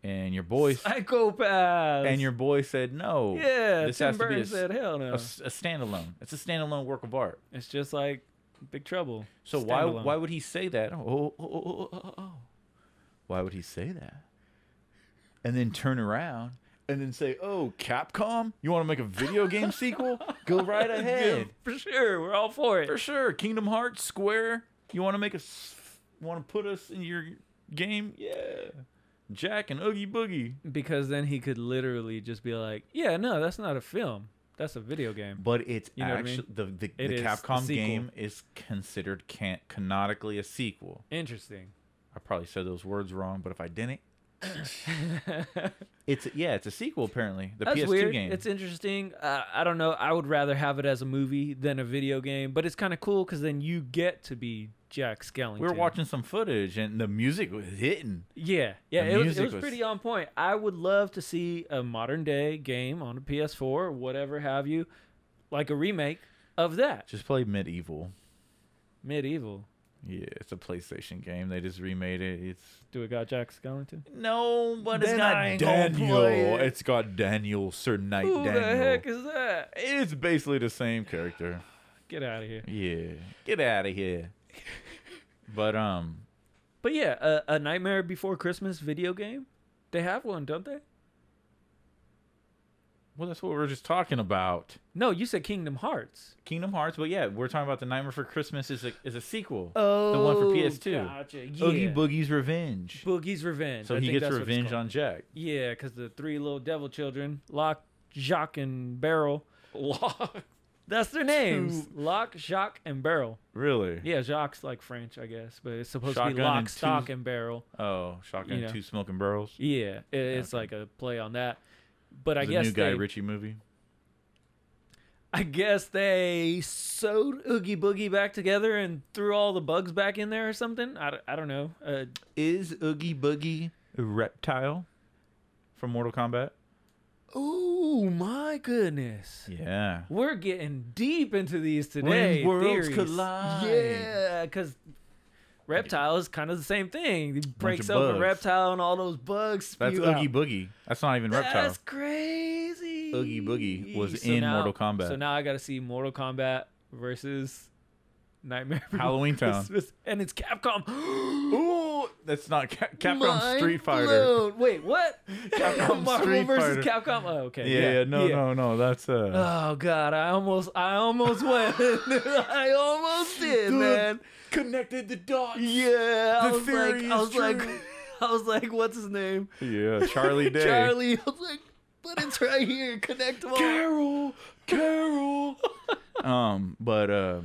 S2: And your boy,
S1: psychopaths.
S2: and your boy said no.
S1: yeah,
S2: this
S1: Tim
S2: has to be
S1: Burton
S2: a s-
S1: said, "Hell
S2: a
S1: no."
S2: s- a standalone. It's a standalone work of art.
S1: it's just like Big Trouble.
S2: So why
S1: Standalone.
S2: why would he say that? Oh, oh, oh, oh, oh, oh. Why would he say that? And then turn around and then say, "Oh, Capcom, you want to make a video game sequel? Go right
S1: Yeah,
S2: ahead.
S1: for sure, we're all for it.
S2: For sure. Kingdom Hearts, Square, you want to make us want to put us in your game? Yeah. Jack and Oogie Boogie.
S1: Because then he could literally just be like, "Yeah, no, that's not a film. That's a video game."
S2: But it's
S1: You know what I
S2: actually the the,
S1: It
S2: the
S1: is a
S2: Capcom
S1: sequel.
S2: game is considered can- canonically a sequel.
S1: Interesting.
S2: I probably said those words wrong, but if I didn't, It's yeah, it's a sequel apparently. The
S1: That's
S2: PS2
S1: weird.
S2: game.
S1: It's interesting. Uh, I don't know. I would rather have it as a movie than a video game, but it's kind of cool because then you get to be Jack Skellington.
S2: we were watching some footage and the music was hitting.
S1: Yeah, yeah.
S2: The
S1: It was,
S2: music
S1: it was
S2: was-
S1: pretty on point. I would love to see a modern day game on a PS4 or whatever have you, like a remake of that
S2: Just play Medieval.
S1: medieval.
S2: Yeah, it's a PlayStation game. They just remade it. It's
S1: Do it got Jack Skellington?
S2: no, but it's
S1: Then I
S2: got
S1: ain't gonna
S2: Daniel.
S1: play it.
S2: It's got Daniel, Sir Knight
S1: Who
S2: Daniel.
S1: the heck is that?
S2: it's basically the same character.
S1: Get out of here.
S2: Yeah, get out of here. but um,
S1: But yeah, a, a Nightmare Before Christmas video game. They have one, don't they?
S2: well, that's what we were just talking about.
S1: No, you said Kingdom Hearts.
S2: Kingdom Hearts, but yeah, we're talking about the Nightmare for Christmas is a is a sequel. the one for PS2.
S1: Gotcha. Oh, Yeah.
S2: Oogie Boogie's Revenge.
S1: Boogie's Revenge.
S2: So
S1: I
S2: he
S1: think
S2: gets
S1: that's what it's
S2: revenge
S1: called.
S2: on Jack.
S1: Yeah, because the three little devil children, Lock, Jock, and Barrel. Lock. That's their names. Lock, Jock, and Barrel.
S2: Really?
S1: Yeah, Jock's like French, I guess, but it's supposed to be
S2: Shotgun
S1: Lock,
S2: and two-
S1: Stock, and Barrel.
S2: Oh, shotgun,
S1: You know.
S2: two smoking barrels.
S1: Yeah, it, it's
S2: Okay.
S1: like a play on that. But I
S2: the
S1: guess
S2: new Guy
S1: they,
S2: Ritchie movie.
S1: I guess they sewed Oogie Boogie back together and threw all the bugs back in there or something. I, don't- I don't know. Uh,
S2: Is Oogie Boogie a reptile from Mortal Kombat?
S1: oh my goodness.
S2: Yeah.
S1: We're getting deep into these today.
S2: worlds
S1: theories.
S2: collide.
S1: Yeah, because reptile is kind of the same thing. It breaks
S2: of
S1: open
S2: bugs.
S1: reptile and all those bugs spew
S2: That's
S1: out.
S2: Oogie Boogie. That's not even reptile.
S1: That's crazy.
S2: Oogie Boogie was in Mortal Kombat.
S1: So now I got to see Mortal Kombat versus Nightmare Before
S2: Halloween Town.
S1: Christmas, and it's Capcom.
S2: Ooh, that's not Ca- Capcom
S1: Mind
S2: Street Fighter.
S1: blown. Wait, what?
S2: Capcom
S1: Marvel
S2: Street
S1: versus
S2: Fighter.
S1: Capcom. Oh,
S2: Yeah,
S1: okay.
S2: yeah, no, no, no. That's uh.
S1: Oh God, I almost, I almost went, I almost did,
S2: Dude,
S1: man.
S2: Connected the dots.
S1: Yeah, I
S2: the
S1: was
S2: theory
S1: like,
S2: is
S1: I was like,
S2: true.
S1: I was like, what's his name?
S2: Yeah, Charlie Day.
S1: Charlie. I was like, but it's right here. Connect them all.
S2: Carol, Carol. um, but uh,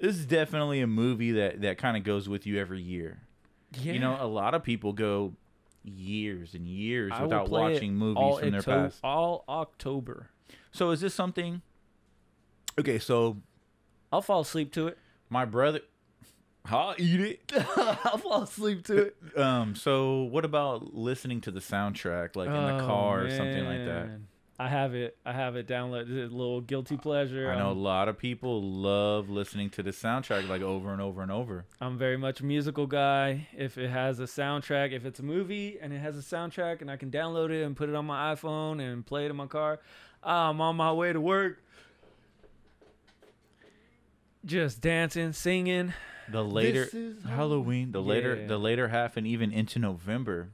S2: this is definitely a movie that that kind of goes with you every year.
S1: Yeah.
S2: You know, a lot of people go years and years
S1: I will
S2: without
S1: play it
S2: watching movies
S1: all
S2: from their
S1: Octo-
S2: past.
S1: All October,
S2: So is this something? Okay, so
S1: I'll fall asleep to it.
S2: my brother, I'll eat
S1: I'll fall asleep to it
S2: it. Um, so what about listening to the soundtrack, like in the
S1: Oh,
S2: car or something like that?
S1: man. I have it. I have it downloaded. A little guilty pleasure.
S2: I know a
S1: I'm,
S2: lot of people love listening to the soundtrack like over and over and over.
S1: I'm very much a musical guy. If it has a soundtrack, if it's a movie and it has a soundtrack, and I can download it and put it on my iPhone and play it in my car, I'm on my way to work. Just dancing, singing.
S2: the later
S1: This is
S2: Halloween, the later
S1: Yeah.
S2: the later half and even into November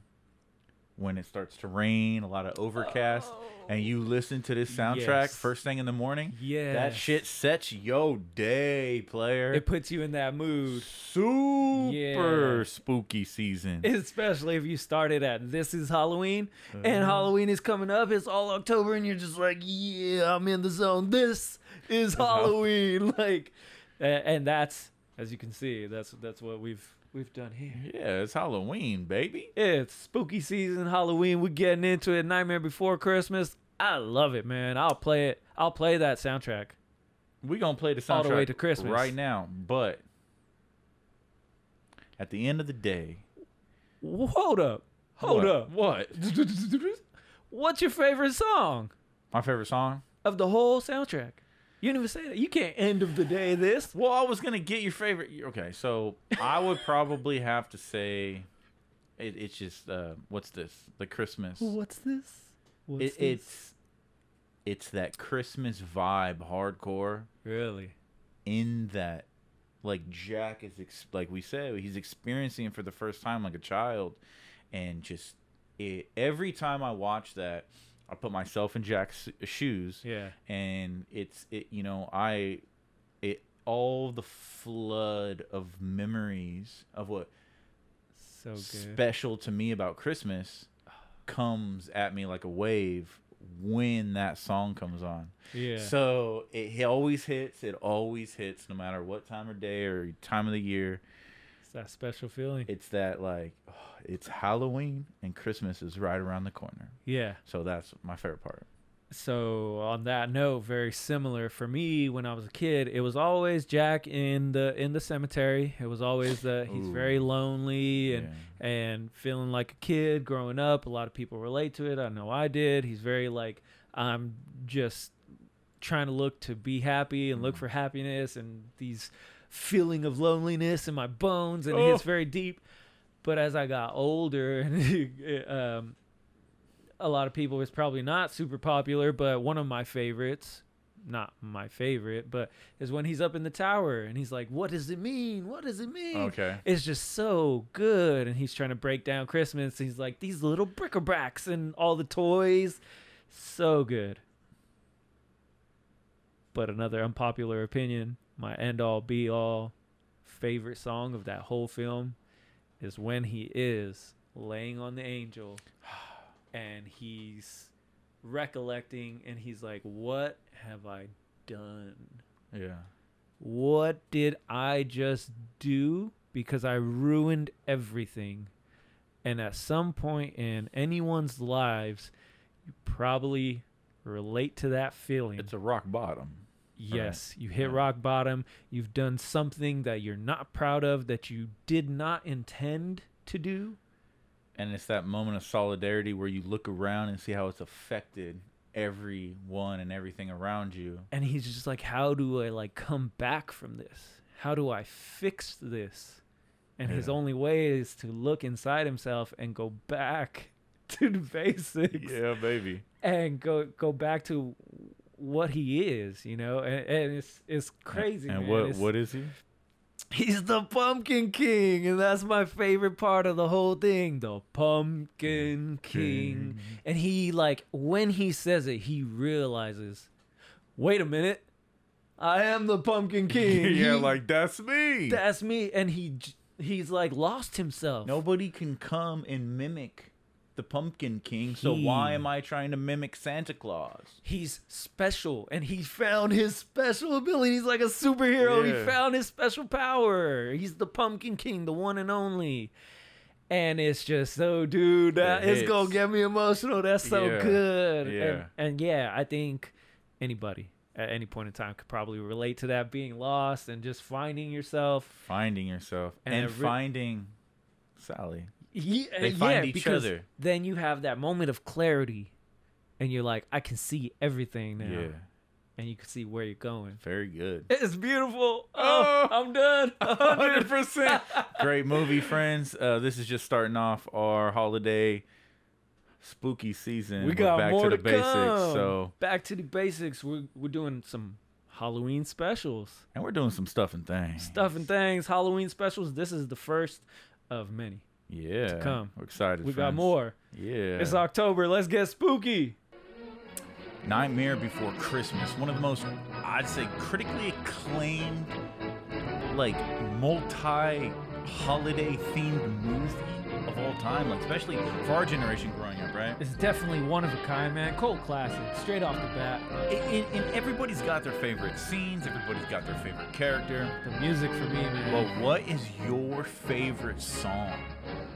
S2: when it starts to rain, a lot of overcast, and you listen to this soundtrack
S1: Oh. Yes.
S2: first thing in the morning.
S1: Yeah.
S2: That shit sets yo day, player.
S1: It puts you in that mood.
S2: Super spooky season.
S1: especially if you started at this is Halloween and Halloween is coming up. It's all October, and you're just like, yeah, I'm in the zone. This is Halloween, like, a- and that's as you can see, that's that's what we've we've done here.
S2: yeah, it's Halloween, baby.
S1: It's spooky season, Halloween. We're getting into it. Nightmare Before Christmas. I love it, man. I'll play it. I'll play that soundtrack.
S2: We gonna play the soundtrack
S1: All the way to Christmas.
S2: right now, but at the end of the day,
S1: Hold up, hold
S2: what?
S1: up.
S2: What?
S1: What's your favorite song
S2: My favorite song?
S1: of the whole soundtrack? You didn't even say that. You can't end of the day this.
S2: Well, I was gonna get your favorite. Okay, so I would probably have to say, it, it's just uh, what's this? The Christmas.
S1: What's this? What's
S2: It, it's it's that Christmas vibe, hardcore.
S1: really
S2: In that, like Jack is ex- like we said, he's experiencing it for the first time like a child, and just it, every time I watch that, I put myself in Jack's shoes
S1: yeah.
S2: and it's it you know i it all the flood of memories of what
S1: So good.
S2: special to me about christmas comes at me like a wave when that song comes on
S1: yeah.
S2: so it, he always hits it always hits no matter what time of day or time of the year
S1: it's that special feeling.
S2: it's that like it's halloween and christmas is right around the corner
S1: yeah.
S2: so that's my favorite part
S1: So on that note, very similar for me when I was a kid, it was always Jack in the in the cemetery. It was always the he's
S2: Ooh.
S1: very lonely and
S2: yeah.
S1: and feeling like a kid growing up. A lot of people relate to it. I know I did. He's very like, I'm just trying to look to be happy and look
S2: Mhm.
S1: for happiness and these feeling of loneliness in my bones and
S2: Oh.
S1: it's very deep. But as I got older, and um, a lot of people, it's probably not super popular, but one of my favorites, not my favorite, but is when he's up in the tower and he's like, "What does it mean? What does it mean?"
S2: okay
S1: It's just so good. And he's trying to break down Christmas. He's like, these little bric-a-bracs and all the toys. So good. But another unpopular opinion, my end all be all favorite song of that whole film is when he is laying on the angel and he's recollecting and he's like, what have I done?
S2: yeah
S1: What did I just do? Because I ruined everything. And at some point in anyone's lives, you probably relate to that feeling.
S2: it's a rock bottom
S1: yes, you hit
S2: yeah.
S1: rock bottom. You've done something that you're not proud of, that you did not intend to do.
S2: and it's that moment of solidarity where you look around and see how it's affected everyone and everything around you.
S1: And he's just like, how do I like come back from this? How do I fix this? And his
S2: Yeah.
S1: only way is to look inside himself and go back to the basics.
S2: baby.
S1: and go go back to what he is, you know, and, and it's it's crazy.
S2: And
S1: man.
S2: what
S1: It's-
S2: what is he?
S1: He's the Pumpkin King, and that's my favorite part of the whole thing. The Pumpkin King, and he like when he says it, he realizes, wait a minute, I am the Pumpkin King. He-
S2: that's me.
S1: that's me, and he j- he's like lost himself.
S2: Nobody can come and mimic the Pumpkin King, so why
S1: He-
S2: am I trying to mimic Santa Claus?
S1: he's special and he found his special ability. He's like a superhero. He
S2: Yeah.
S1: found his special power. He's the Pumpkin King, the one and only. And it's just so, dude, that
S2: It
S1: it's gonna
S2: hits.
S1: get me emotional. That's so
S2: Yeah.
S1: good.
S2: Yeah.
S1: And, and yeah, I think anybody at any point in time could probably relate to that being lost and just finding yourself.
S2: Finding yourself
S1: And
S2: and,
S1: every-
S2: finding Sally.
S1: Ye- uh,
S2: They
S1: yeah,
S2: find each
S1: because
S2: other.
S1: Then you have that moment of clarity, and you're like, I can see everything now, and you can see where you're going.
S2: very good.
S1: It's beautiful. Oh,
S2: Oh.
S1: I'm done. Oh. A hundred.
S2: percent. Great movie, friends. Uh, this is just starting off our holiday spooky season.
S1: We
S2: We're
S1: got
S2: back
S1: more
S2: to
S1: to,
S2: the basics.
S1: come.
S2: So,
S1: back to the basics. We're we're doing some Halloween specials,
S2: and we're doing some stuff and things.
S1: stuff and things. Halloween specials. This is the first of many.
S2: Yeah.
S1: come.
S2: We're excited.
S1: We got
S2: friends.
S1: more.
S2: Yeah.
S1: It's October. Let's get spooky.
S2: Nightmare Before Christmas, one of the most, I'd say, critically acclaimed, like multi-holiday themed movie of all time. Like especially for our generation growing up, right?
S1: It's definitely one of a kind, man. Cold classic, straight off the bat.
S2: And- and- and everybody's got their favorite scenes. Everybody's got their favorite character.
S1: The music for me, man.
S2: Well, what is your favorite song?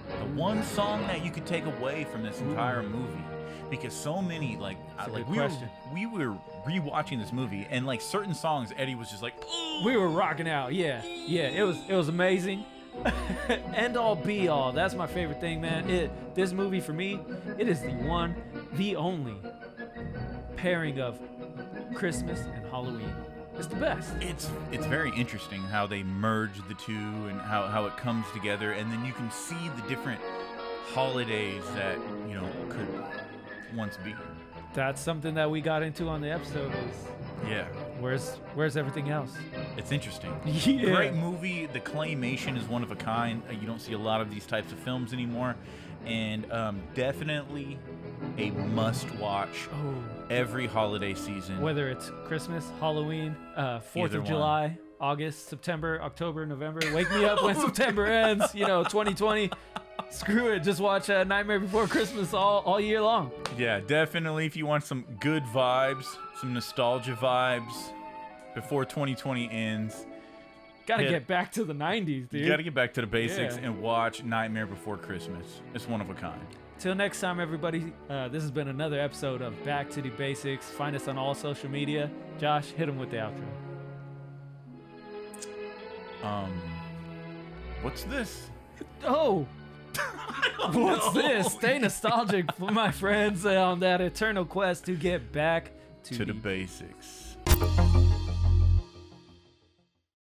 S2: The one song that you could take away from this entire movie, because so many like I-
S1: a
S2: like
S1: good
S2: we were,
S1: question.
S2: we were rewatching this movie, and like certain songs, Eddie was just like, "Ooh."
S1: we were rocking out yeah yeah it was it was amazing end all be all that's my favorite thing man it this movie for me it is the one the only pairing of christmas and halloween It's the best.
S2: It's it's very interesting how they merge the two and how, how it comes together, and then you can see the different holidays that you know could once be.
S1: That's something that we got into on the episode. Is
S2: Yeah,
S1: where's where's everything else?
S2: it's interesting.
S1: Yeah.
S2: Great movie. The claymation is one of a kind. Uh, You don't see a lot of these types of films anymore, and um, definitely a must-watch
S1: Oh,
S2: every holiday season.
S1: whether it's Christmas, Halloween, uh, Fourth
S2: Either
S1: of
S2: one.
S1: July, August, September, October, November. Wake me up when September ends. You know, 2020. Screw it. Just watch uh, Nightmare Before Christmas all all year long.
S2: Yeah, definitely. If you want some good vibes, some nostalgia vibes before 2020 ends,
S1: Gotta
S2: Yeah.
S1: get back to the 90s, dude.
S2: you got to get back to the basics
S1: Yeah.
S2: and watch Nightmare Before Christmas. It's one of a kind.
S1: Till next time, everybody. Uh, this has been another episode of Back to the Basics. Find us on all social media. Josh, hit him with the outro.
S2: Um, what's this?
S1: Oh, what's this? Stay uh, nostalgic, my friends, on that eternal quest to get back to, the
S2: To the basics.